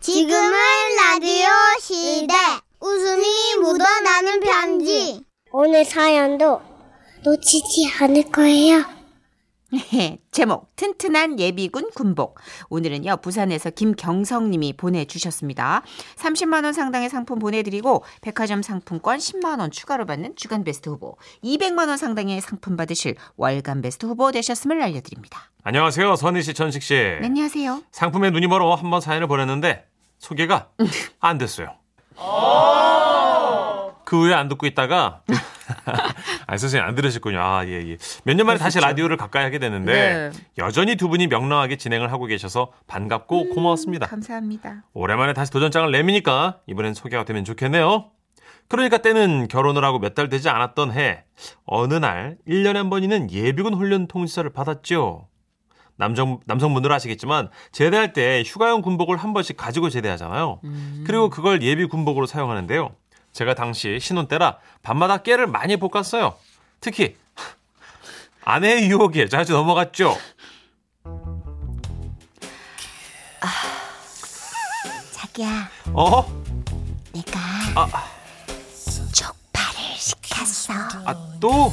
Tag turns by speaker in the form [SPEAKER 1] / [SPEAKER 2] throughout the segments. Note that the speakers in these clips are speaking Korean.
[SPEAKER 1] 지금은 라디오 시대. 웃음이 묻어나는 편지.
[SPEAKER 2] 오늘 사연도 놓치지 않을 거예요.
[SPEAKER 3] 제목 튼튼한 예비군 군복 오늘은요 부산에서 김경성님이 보내주셨습니다 30만 원 상당의 상품 보내드리고 백화점 상품권 10만 원 추가로 받는 주간 베스트 후보 200만 원 상당의 상품 받으실 월간 베스트 후보 되셨음을 알려드립니다
[SPEAKER 4] 안녕하세요. 선희 씨, 천식 씨.
[SPEAKER 3] 네, 안녕하세요
[SPEAKER 4] 상품에 눈이 멀어 한번 사연을 보냈는데 소개가 안 됐어요. 그 후에 안 듣고 있다가 아 선생님 안 들으셨군요. 아 예 예. 몇 년 만에 다시 라디오를 가까이 하게 되는데
[SPEAKER 3] 네.
[SPEAKER 4] 여전히 두 분이 명랑하게 진행을 하고 계셔서 반갑고 고마웠습니다.
[SPEAKER 3] 감사합니다
[SPEAKER 4] 오랜만에 다시 도전장을 내미니까 이번엔 소개가 되면 좋겠네요. 그러니까 때는 결혼을 하고 몇 달 되지 않았던 해 어느 날 1년에 한 번이는 예비군 훈련 통지서를 받았죠. 남성, 남성분들 아시겠지만 제대할 때 휴가용 군복을 한 번씩 가지고 제대하잖아요. 그리고 그걸 예비 군복으로 사용하는데요. 제가 당시 신혼 때라 밤마다 깨를 많이 볶았어요. 특히 아내의 유혹에 자주 넘어갔죠.
[SPEAKER 3] 자기야
[SPEAKER 4] 어?
[SPEAKER 3] 내가 족발을 시켰어
[SPEAKER 4] 아 또?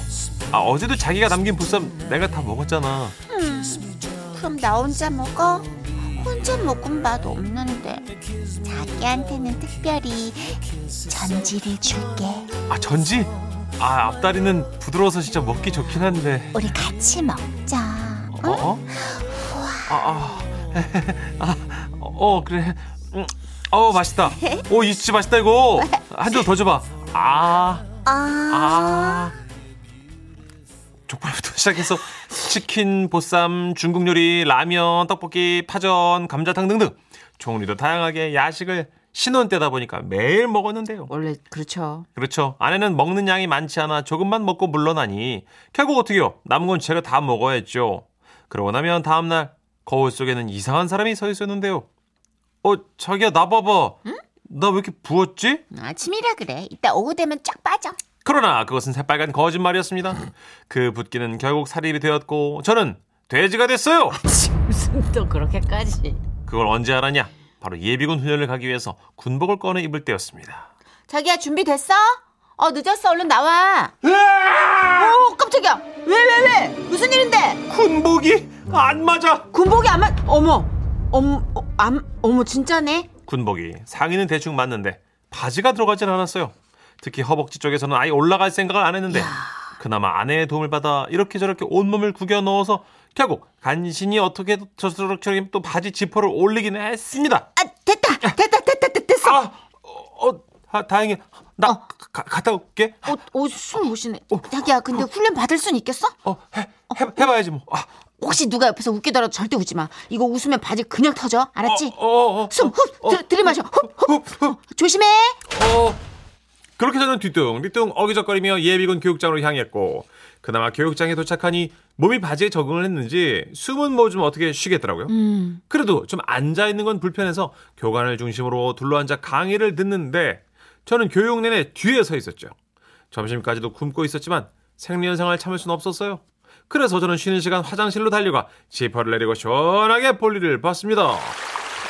[SPEAKER 4] 아 어제도 자기가 남긴 보쌈 내가 다 먹었잖아.
[SPEAKER 3] 그럼 나 혼자 먹어? 혼자 먹은 맛 없는데 자기한테는 특별히 전지를 줄게
[SPEAKER 4] 아 전지? 아 앞다리는 부드러워서 진짜 먹기 좋긴 한데.
[SPEAKER 3] 우리 같이 먹자
[SPEAKER 4] 어? 어? 아, 아, 아, 어 그래. 음, 어 맛있다. 오 이치 맛있다 이거. 한 점 더 줘봐. 아, 아. 족발부터 시작해서 치킨, 보쌈, 중국 요리, 라면, 떡볶이, 파전, 감자탕 등등 종류도 다양하게 야식을 신혼 때다 보니까 매일 먹었는데요.
[SPEAKER 3] 원래 그렇죠
[SPEAKER 4] 그렇죠. 아내는 먹는 양이 많지 않아 조금만 먹고 물러나니 결국 어떻게요? 남은 건 제가 다 먹어야 했죠. 그러고 나면 다음 날 거울 속에는 이상한 사람이 서 있었는데요. 어, 자기야 나 봐봐. 나 왜 이렇게 부었지?
[SPEAKER 3] 아침이라 그래 이따 오후 되면 쫙 빠져
[SPEAKER 4] 그러나 그것은 새빨간 거짓말이었습니다. 그 붓기는 결국 사립이 되었고 저는 돼지가 됐어요.
[SPEAKER 3] 무슨 또 그렇게까지
[SPEAKER 4] 그걸 언제 알았냐? 바로 예비군 훈련을 가기 위해서 군복을 꺼내 입을 때였습니다.
[SPEAKER 3] 자기야 준비됐어? 어 늦었어 얼른 나와 오 깜짝이야 왜 왜왜 무슨 일인데
[SPEAKER 4] 군복이 안 맞아.
[SPEAKER 3] 군복이 안 맞... 어머 어머 어, 안, 어머 진짜네
[SPEAKER 4] 군복이 상의는 대충 맞는데 바지가 들어가진 않았어요. 특히 허벅지 쪽에서는 아예 올라갈 생각을 안 했는데 그나마 아내의 도움을 받아 이렇게 저렇게 온몸을 구겨 넣어서 결국 간신히 어떻게 저렇게 또 바지 지퍼를 올리기는 했습니다.
[SPEAKER 3] 아 됐다 됐다 됐다 됐- 됐어
[SPEAKER 4] 아, 어, 어, 아, 다행히 나 가- 갔다 올게.
[SPEAKER 3] 옷, 옷술 옷이네. 자기야, 근데 훈련 받을 순 있겠어?
[SPEAKER 4] 어, 해, 해, 해봐야지 뭐. 아,
[SPEAKER 3] 혹시 누가 옆에서 웃기더라도 절대 웃지 마. 이거 웃으면 바지 그냥 터져. 알았지?
[SPEAKER 4] 어, 어, 어,
[SPEAKER 3] 숨, 흡,
[SPEAKER 4] 어,
[SPEAKER 3] 들, 들이마셔. 흡, 흡.
[SPEAKER 4] 훅, 훅.
[SPEAKER 3] 조심해.
[SPEAKER 4] 어. 그렇게 저는 뒤뚱 뒤뚱 어기적거리며 예비군 교육장으로 향했고 그나마 교육장에 도착하니 몸이 바지에 적응을 했는지 숨은 뭐 좀 어떻게 쉬겠더라고요. 그래도 좀 앉아 있는 건 불편해서 교관을 중심으로 둘러앉아 강의를 듣는데 저는 교육 내내 뒤에 서 있었죠. 점심까지도 굶고 있었지만 생리현상을 참을 수는 없었어요. 그래서 저는 쉬는 시간 화장실로 달려가 지퍼를 내리고 시원하게 볼일을 봤습니다.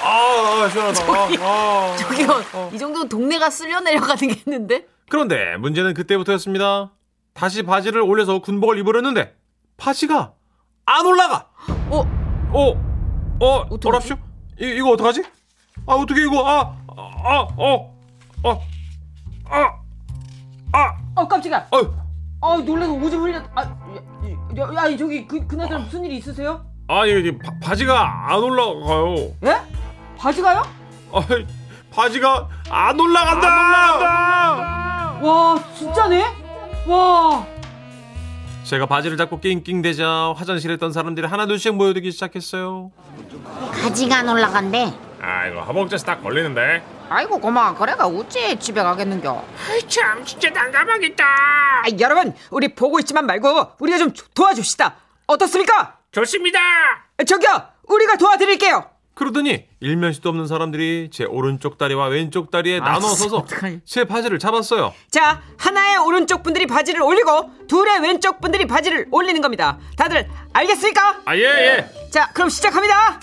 [SPEAKER 4] 아, 아 시원하다. 아, 아.
[SPEAKER 3] 이 정도면 동네가 쓸려 내려가는 게 있는데?
[SPEAKER 4] 그런데 문제는 그때부터였습니다. 다시 바지를 올려서 군복을 입으려는데 바지가 안 올라가.
[SPEAKER 3] 어,
[SPEAKER 4] 어, 어,
[SPEAKER 3] 어떡하지?
[SPEAKER 4] 어랍쇼? 이 이거 어떡하지? 아 어떻게 이거? 아, 아, 어, 어, 아, 아,
[SPEAKER 5] 어 깜짝이야.
[SPEAKER 4] 어휴.
[SPEAKER 5] 어 놀래서 오줌 흘렸. 아, 야, 야, 야, 저기 그 그나저나 무슨 일이 있으세요?
[SPEAKER 4] 아 이게 이게 바, 바지가 안 올라가요.
[SPEAKER 5] 예? 바지가요?
[SPEAKER 4] 아, 바지가 안 올라간다.
[SPEAKER 5] 와 진짜네? 와.
[SPEAKER 4] 제가 바지를 잡고 낑낑대자 화장실에 있던 사람들이 하나둘씩 모여들기 시작했어요.
[SPEAKER 3] 가지가 안 올라간대.
[SPEAKER 4] 아 이거 허벅지에서 딱 걸리는데.
[SPEAKER 3] 아이고, 고마. 그래가 어째 집에 가겠는겨.
[SPEAKER 4] 참 진짜 난감하겠다.
[SPEAKER 5] 아 여러분 우리 보고 있지만 말고 우리가 좀 도와줍시다. 어떻습니까? 아,
[SPEAKER 4] 좋습니다.
[SPEAKER 5] 저기요 우리가 도와드릴게요.
[SPEAKER 4] 그러더니 일면식도 없는 사람들이 제 오른쪽 다리와 왼쪽
[SPEAKER 5] 아,
[SPEAKER 4] 다리에 나눠서서
[SPEAKER 3] 어떡하니.
[SPEAKER 4] 제 바지를 잡았어요.
[SPEAKER 5] 자 하나의 오른쪽 분들이 바지를 올리고 둘의 왼쪽 분들이 바지를 올리는 겁니다. 다들 알겠습니까?
[SPEAKER 4] 아 예, 예예.
[SPEAKER 5] 자 그럼 시작합니다.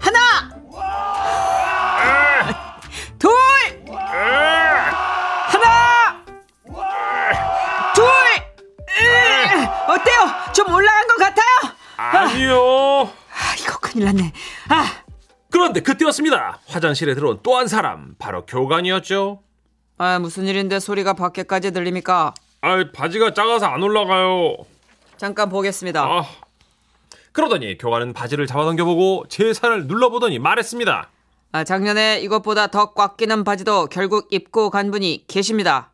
[SPEAKER 5] 하나.
[SPEAKER 3] 아,
[SPEAKER 4] 맞습니다. 화장실에 들어온 또 한 사람 바로 교관이었죠.
[SPEAKER 5] 아, 무슨 일인데 소리가 밖에까지 들립니까?
[SPEAKER 4] 아 바지가 작아서 안 올라가요.
[SPEAKER 5] 잠깐 보겠습니다.
[SPEAKER 4] 아 그러더니 교관은 바지를 잡아당겨보고 제 살을 눌러보더니 말했습니다.
[SPEAKER 5] 아, 작년에 이것보다 더 꽉 끼는 바지도 결국 입고 간 분이 계십니다.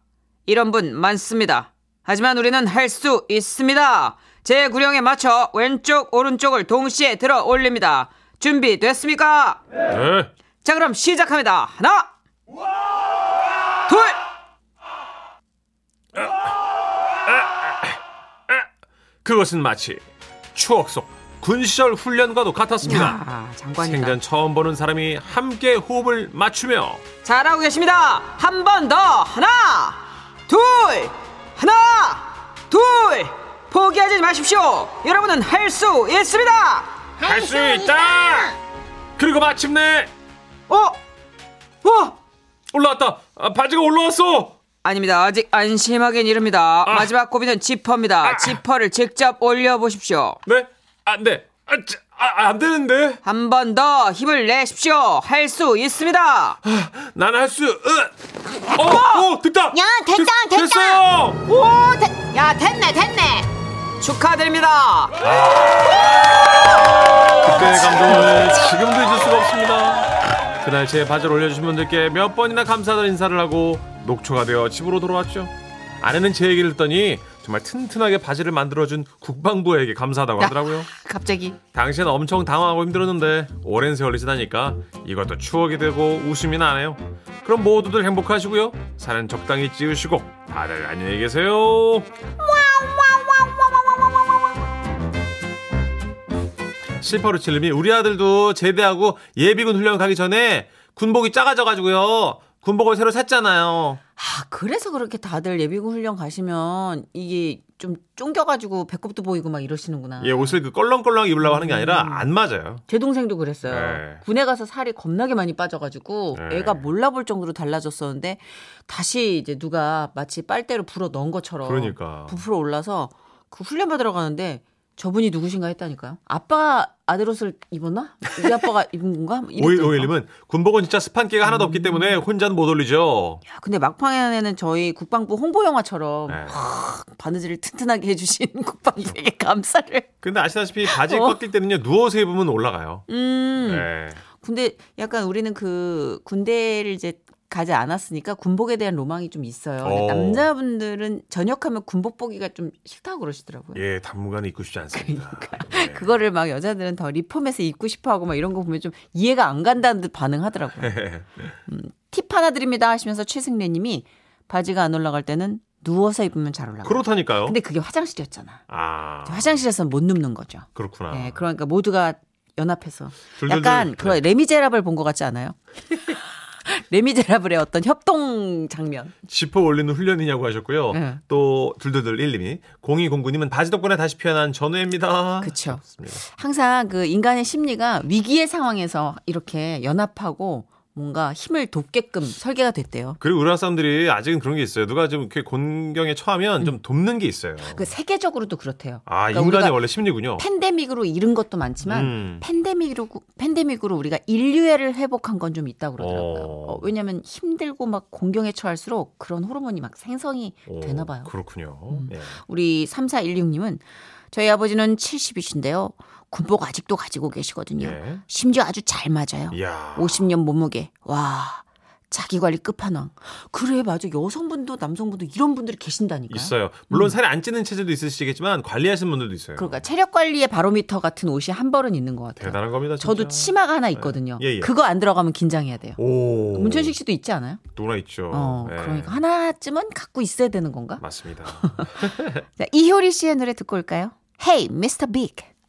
[SPEAKER 5] 이런 분 많습니다. 하지만 우리는 할 수 있습니다. 제 구령에 맞춰 왼쪽 오른쪽을 동시에 들어 올립니다. 준비됐습니까?
[SPEAKER 4] 네.
[SPEAKER 5] 자 그럼 시작합니다. 하나 둘
[SPEAKER 4] 그것은 마치 추억 속 군시절 훈련과도 같았습니다.
[SPEAKER 5] 야, 장관이다.
[SPEAKER 4] 생전 처음 보는 사람이 함께 호흡을 맞추며
[SPEAKER 5] 잘하고 계십니다. 한 번 더 하나 둘 하나 둘 포기하지 마십시오. 여러분은 할 수 있습니다.
[SPEAKER 4] 할 수 있다. 그리고 마침내
[SPEAKER 5] 어? 어?
[SPEAKER 4] 올라왔다. 아, 바지가 올라왔어.
[SPEAKER 5] 아닙니다. 아직 안심하긴 이릅니다.
[SPEAKER 4] 아.
[SPEAKER 5] 마지막 고비는 지퍼입니다. 지퍼를 직접 올려보십시오.
[SPEAKER 4] 네? 안 돼. 아, 자, 아, 안 되는데.
[SPEAKER 5] 한 번 더 힘을 내십시오. 할 수 있습니다.
[SPEAKER 4] 아, 난 할 수. 으. 어, 어, 됐다.
[SPEAKER 1] 뭐? 야, 됐다, 됐다.
[SPEAKER 4] 됐어요.
[SPEAKER 5] 야, 됐네, 됐네. 축하드립니다.
[SPEAKER 4] 그때의 감동을 지금도 잊을 수가 없습니다. 그날 제 바지를 올려주신 분들께 몇 번이나 감사드린 인사를 하고 녹초가 되어 집으로 돌아왔죠. 아내는 제 얘기를 듣더니 정말 튼튼하게 바지를 만들어준 국방부에게 감사하다고 하더라고요.
[SPEAKER 3] 갑자기
[SPEAKER 4] 당시엔 엄청 당황하고 힘들었는데 오랜 세월이 지나니까 이것도 추억이 되고 웃음이 나네요. 그럼 모두들 행복하시고요. 살은 적당히 찌우시고 다들 안녕히 계세요. 실파루칠님이 우리 아들도 제대하고 예비군 훈련 가기 전에 군복이 작아져가지고요. 군복을 새로 샀잖아요.
[SPEAKER 3] 아 그래서 그렇게 다들 예비군 훈련 가시면 이게 좀 쫑겨가지고 배꼽도 보이고 막 이러시는구나.
[SPEAKER 4] 예, 옷을 그 껄렁껄렁 입으려고 하는 게
[SPEAKER 3] 음.
[SPEAKER 4] 아니라 안 맞아요.
[SPEAKER 3] 제 동생도 그랬어요.
[SPEAKER 4] 네.
[SPEAKER 3] 군에 가서 살이 겁나게 많이 빠져가지고
[SPEAKER 4] 네.
[SPEAKER 3] 애가 몰라볼 정도로 달라졌었는데 다시 이제 누가 마치 빨대로 불어 넣은 것처럼
[SPEAKER 4] 그러니까.
[SPEAKER 3] 부풀어 올라서 그 훈련 받으러 가는데 저분이 누구신가 했다니까요. 아빠 아들 옷을 입었나? 우리 아빠가 입은 건가? 뭐 이랬더니.
[SPEAKER 4] 오일오일님은 군복은 진짜 스판기가 하나도 없기 때문에 혼자는 못 올리죠.
[SPEAKER 3] 야, 근데 막판에는 저희 국방부 홍보 영화처럼
[SPEAKER 4] 네.
[SPEAKER 3] 바느질을 튼튼하게 해주신 국방부에게 감사를.
[SPEAKER 4] 근데 아시다시피 바지
[SPEAKER 3] 어.
[SPEAKER 4] 꺾일 때는요 누워서 입으면 올라가요.
[SPEAKER 3] 음.
[SPEAKER 4] 네.
[SPEAKER 3] 근데 약간 우리는 그 군대를 이제 가지 않았으니까 군복에 대한 로망이 좀 있어요. 아, 근데
[SPEAKER 4] 어.
[SPEAKER 3] 남자분들은 전역하면 군복 보기가 좀 싫다고 그러시더라고요.
[SPEAKER 4] 예, 당분간은 입고 싶지 않습니다. 네.
[SPEAKER 3] 그거를 막 여자들은 더 리폼해서 입고 싶어하고 막 이런 거 보면 좀 이해가 안 간다는 듯 반응하더라고요.
[SPEAKER 4] 네.
[SPEAKER 3] 음, 팁 하나 드립니다 하시면서 최승래님이 바지가 안 올라갈 때는 누워서 입으면 잘 올라가. 요
[SPEAKER 4] 그렇다니까요.
[SPEAKER 3] 근데 그게 화장실이었잖아.
[SPEAKER 4] 아
[SPEAKER 3] 화장실에서 못 눕는 거죠.
[SPEAKER 4] 그렇구나.
[SPEAKER 3] 네, 그러니까 모두가 연합해서
[SPEAKER 4] 아. 줄줄줄.
[SPEAKER 3] 약간
[SPEAKER 4] 네.
[SPEAKER 3] 그런 레미제라블 본 것 같지 않아요? 레미제라블의 어떤 협동 장면.
[SPEAKER 4] 지퍼 올리는 훈련이냐고 하셨고요.
[SPEAKER 3] 네.
[SPEAKER 4] 또 둘둘둘 일님이 공이공구님은 바지 덕분에 다시 피어난 전우입니다.
[SPEAKER 3] 그쵸.
[SPEAKER 4] 좋습니다.
[SPEAKER 3] 항상 그 인간의 심리가 위기의 상황에서 이렇게 연합하고 뭔가 힘을 돕게끔 설계가 됐대요.
[SPEAKER 4] 그리고 우리나라 사람들이 아직은 그런 게 있어요. 누가 좀 이렇게 곤경에 처하면 좀 돕는 게 있어요.
[SPEAKER 3] 음. 그 세계적으로도 그렇대요.
[SPEAKER 4] 아
[SPEAKER 3] 그러니까
[SPEAKER 4] 인간의
[SPEAKER 3] 우리가
[SPEAKER 4] 원래 심리군요.
[SPEAKER 3] 팬데믹으로 잃은 것도 많지만
[SPEAKER 4] 음.
[SPEAKER 3] 팬데믹으로 팬데믹으로 우리가 인류애를 회복한 건 좀 있다 고 그러더라고요.
[SPEAKER 4] 어.
[SPEAKER 3] 어, 왜냐하면 힘들고 막 공경에 처할수록 그런 호르몬이 막 생성이
[SPEAKER 4] 오,
[SPEAKER 3] 되나 봐요.
[SPEAKER 4] 어,
[SPEAKER 3] 음.
[SPEAKER 4] 그렇군요. 예.
[SPEAKER 3] 우리 3416님은 저희 아버지는 70이신데요. 군복 아직도 가지고 계시거든요.
[SPEAKER 4] 예.
[SPEAKER 3] 심지어 아주 잘 맞아요.
[SPEAKER 4] 이야.
[SPEAKER 3] 50년 몸무게. 와. 자기 관리 끝판왕. 그래 맞아. 여성분도 남성분도 이런 분들이 계신다니까요. 음.
[SPEAKER 4] 있어요. 물론 살이 안 찌는 체질도 있으시겠지만 관리하시는 분들도 있어요.
[SPEAKER 3] 그러니까 체력 관리의 바로미터 같은 옷이 한 벌은 있는 것 같아요.
[SPEAKER 4] 대단한 겁니다. 진짜.
[SPEAKER 3] 저도 치마가 하나 있거든요.
[SPEAKER 4] 예, 예.
[SPEAKER 3] 그거 안 들어가면 긴장해야 돼요.
[SPEAKER 4] 오.
[SPEAKER 3] 문천식 씨도 있지 않아요?
[SPEAKER 4] 누나 있죠.
[SPEAKER 3] 어,
[SPEAKER 4] 예.
[SPEAKER 3] 그러니까 하나쯤은 갖고 있어야 되는 건가?
[SPEAKER 4] 맞습니다.
[SPEAKER 3] 자, 이효리 씨의 노래 듣고 올까요? Hey, Mr. Big.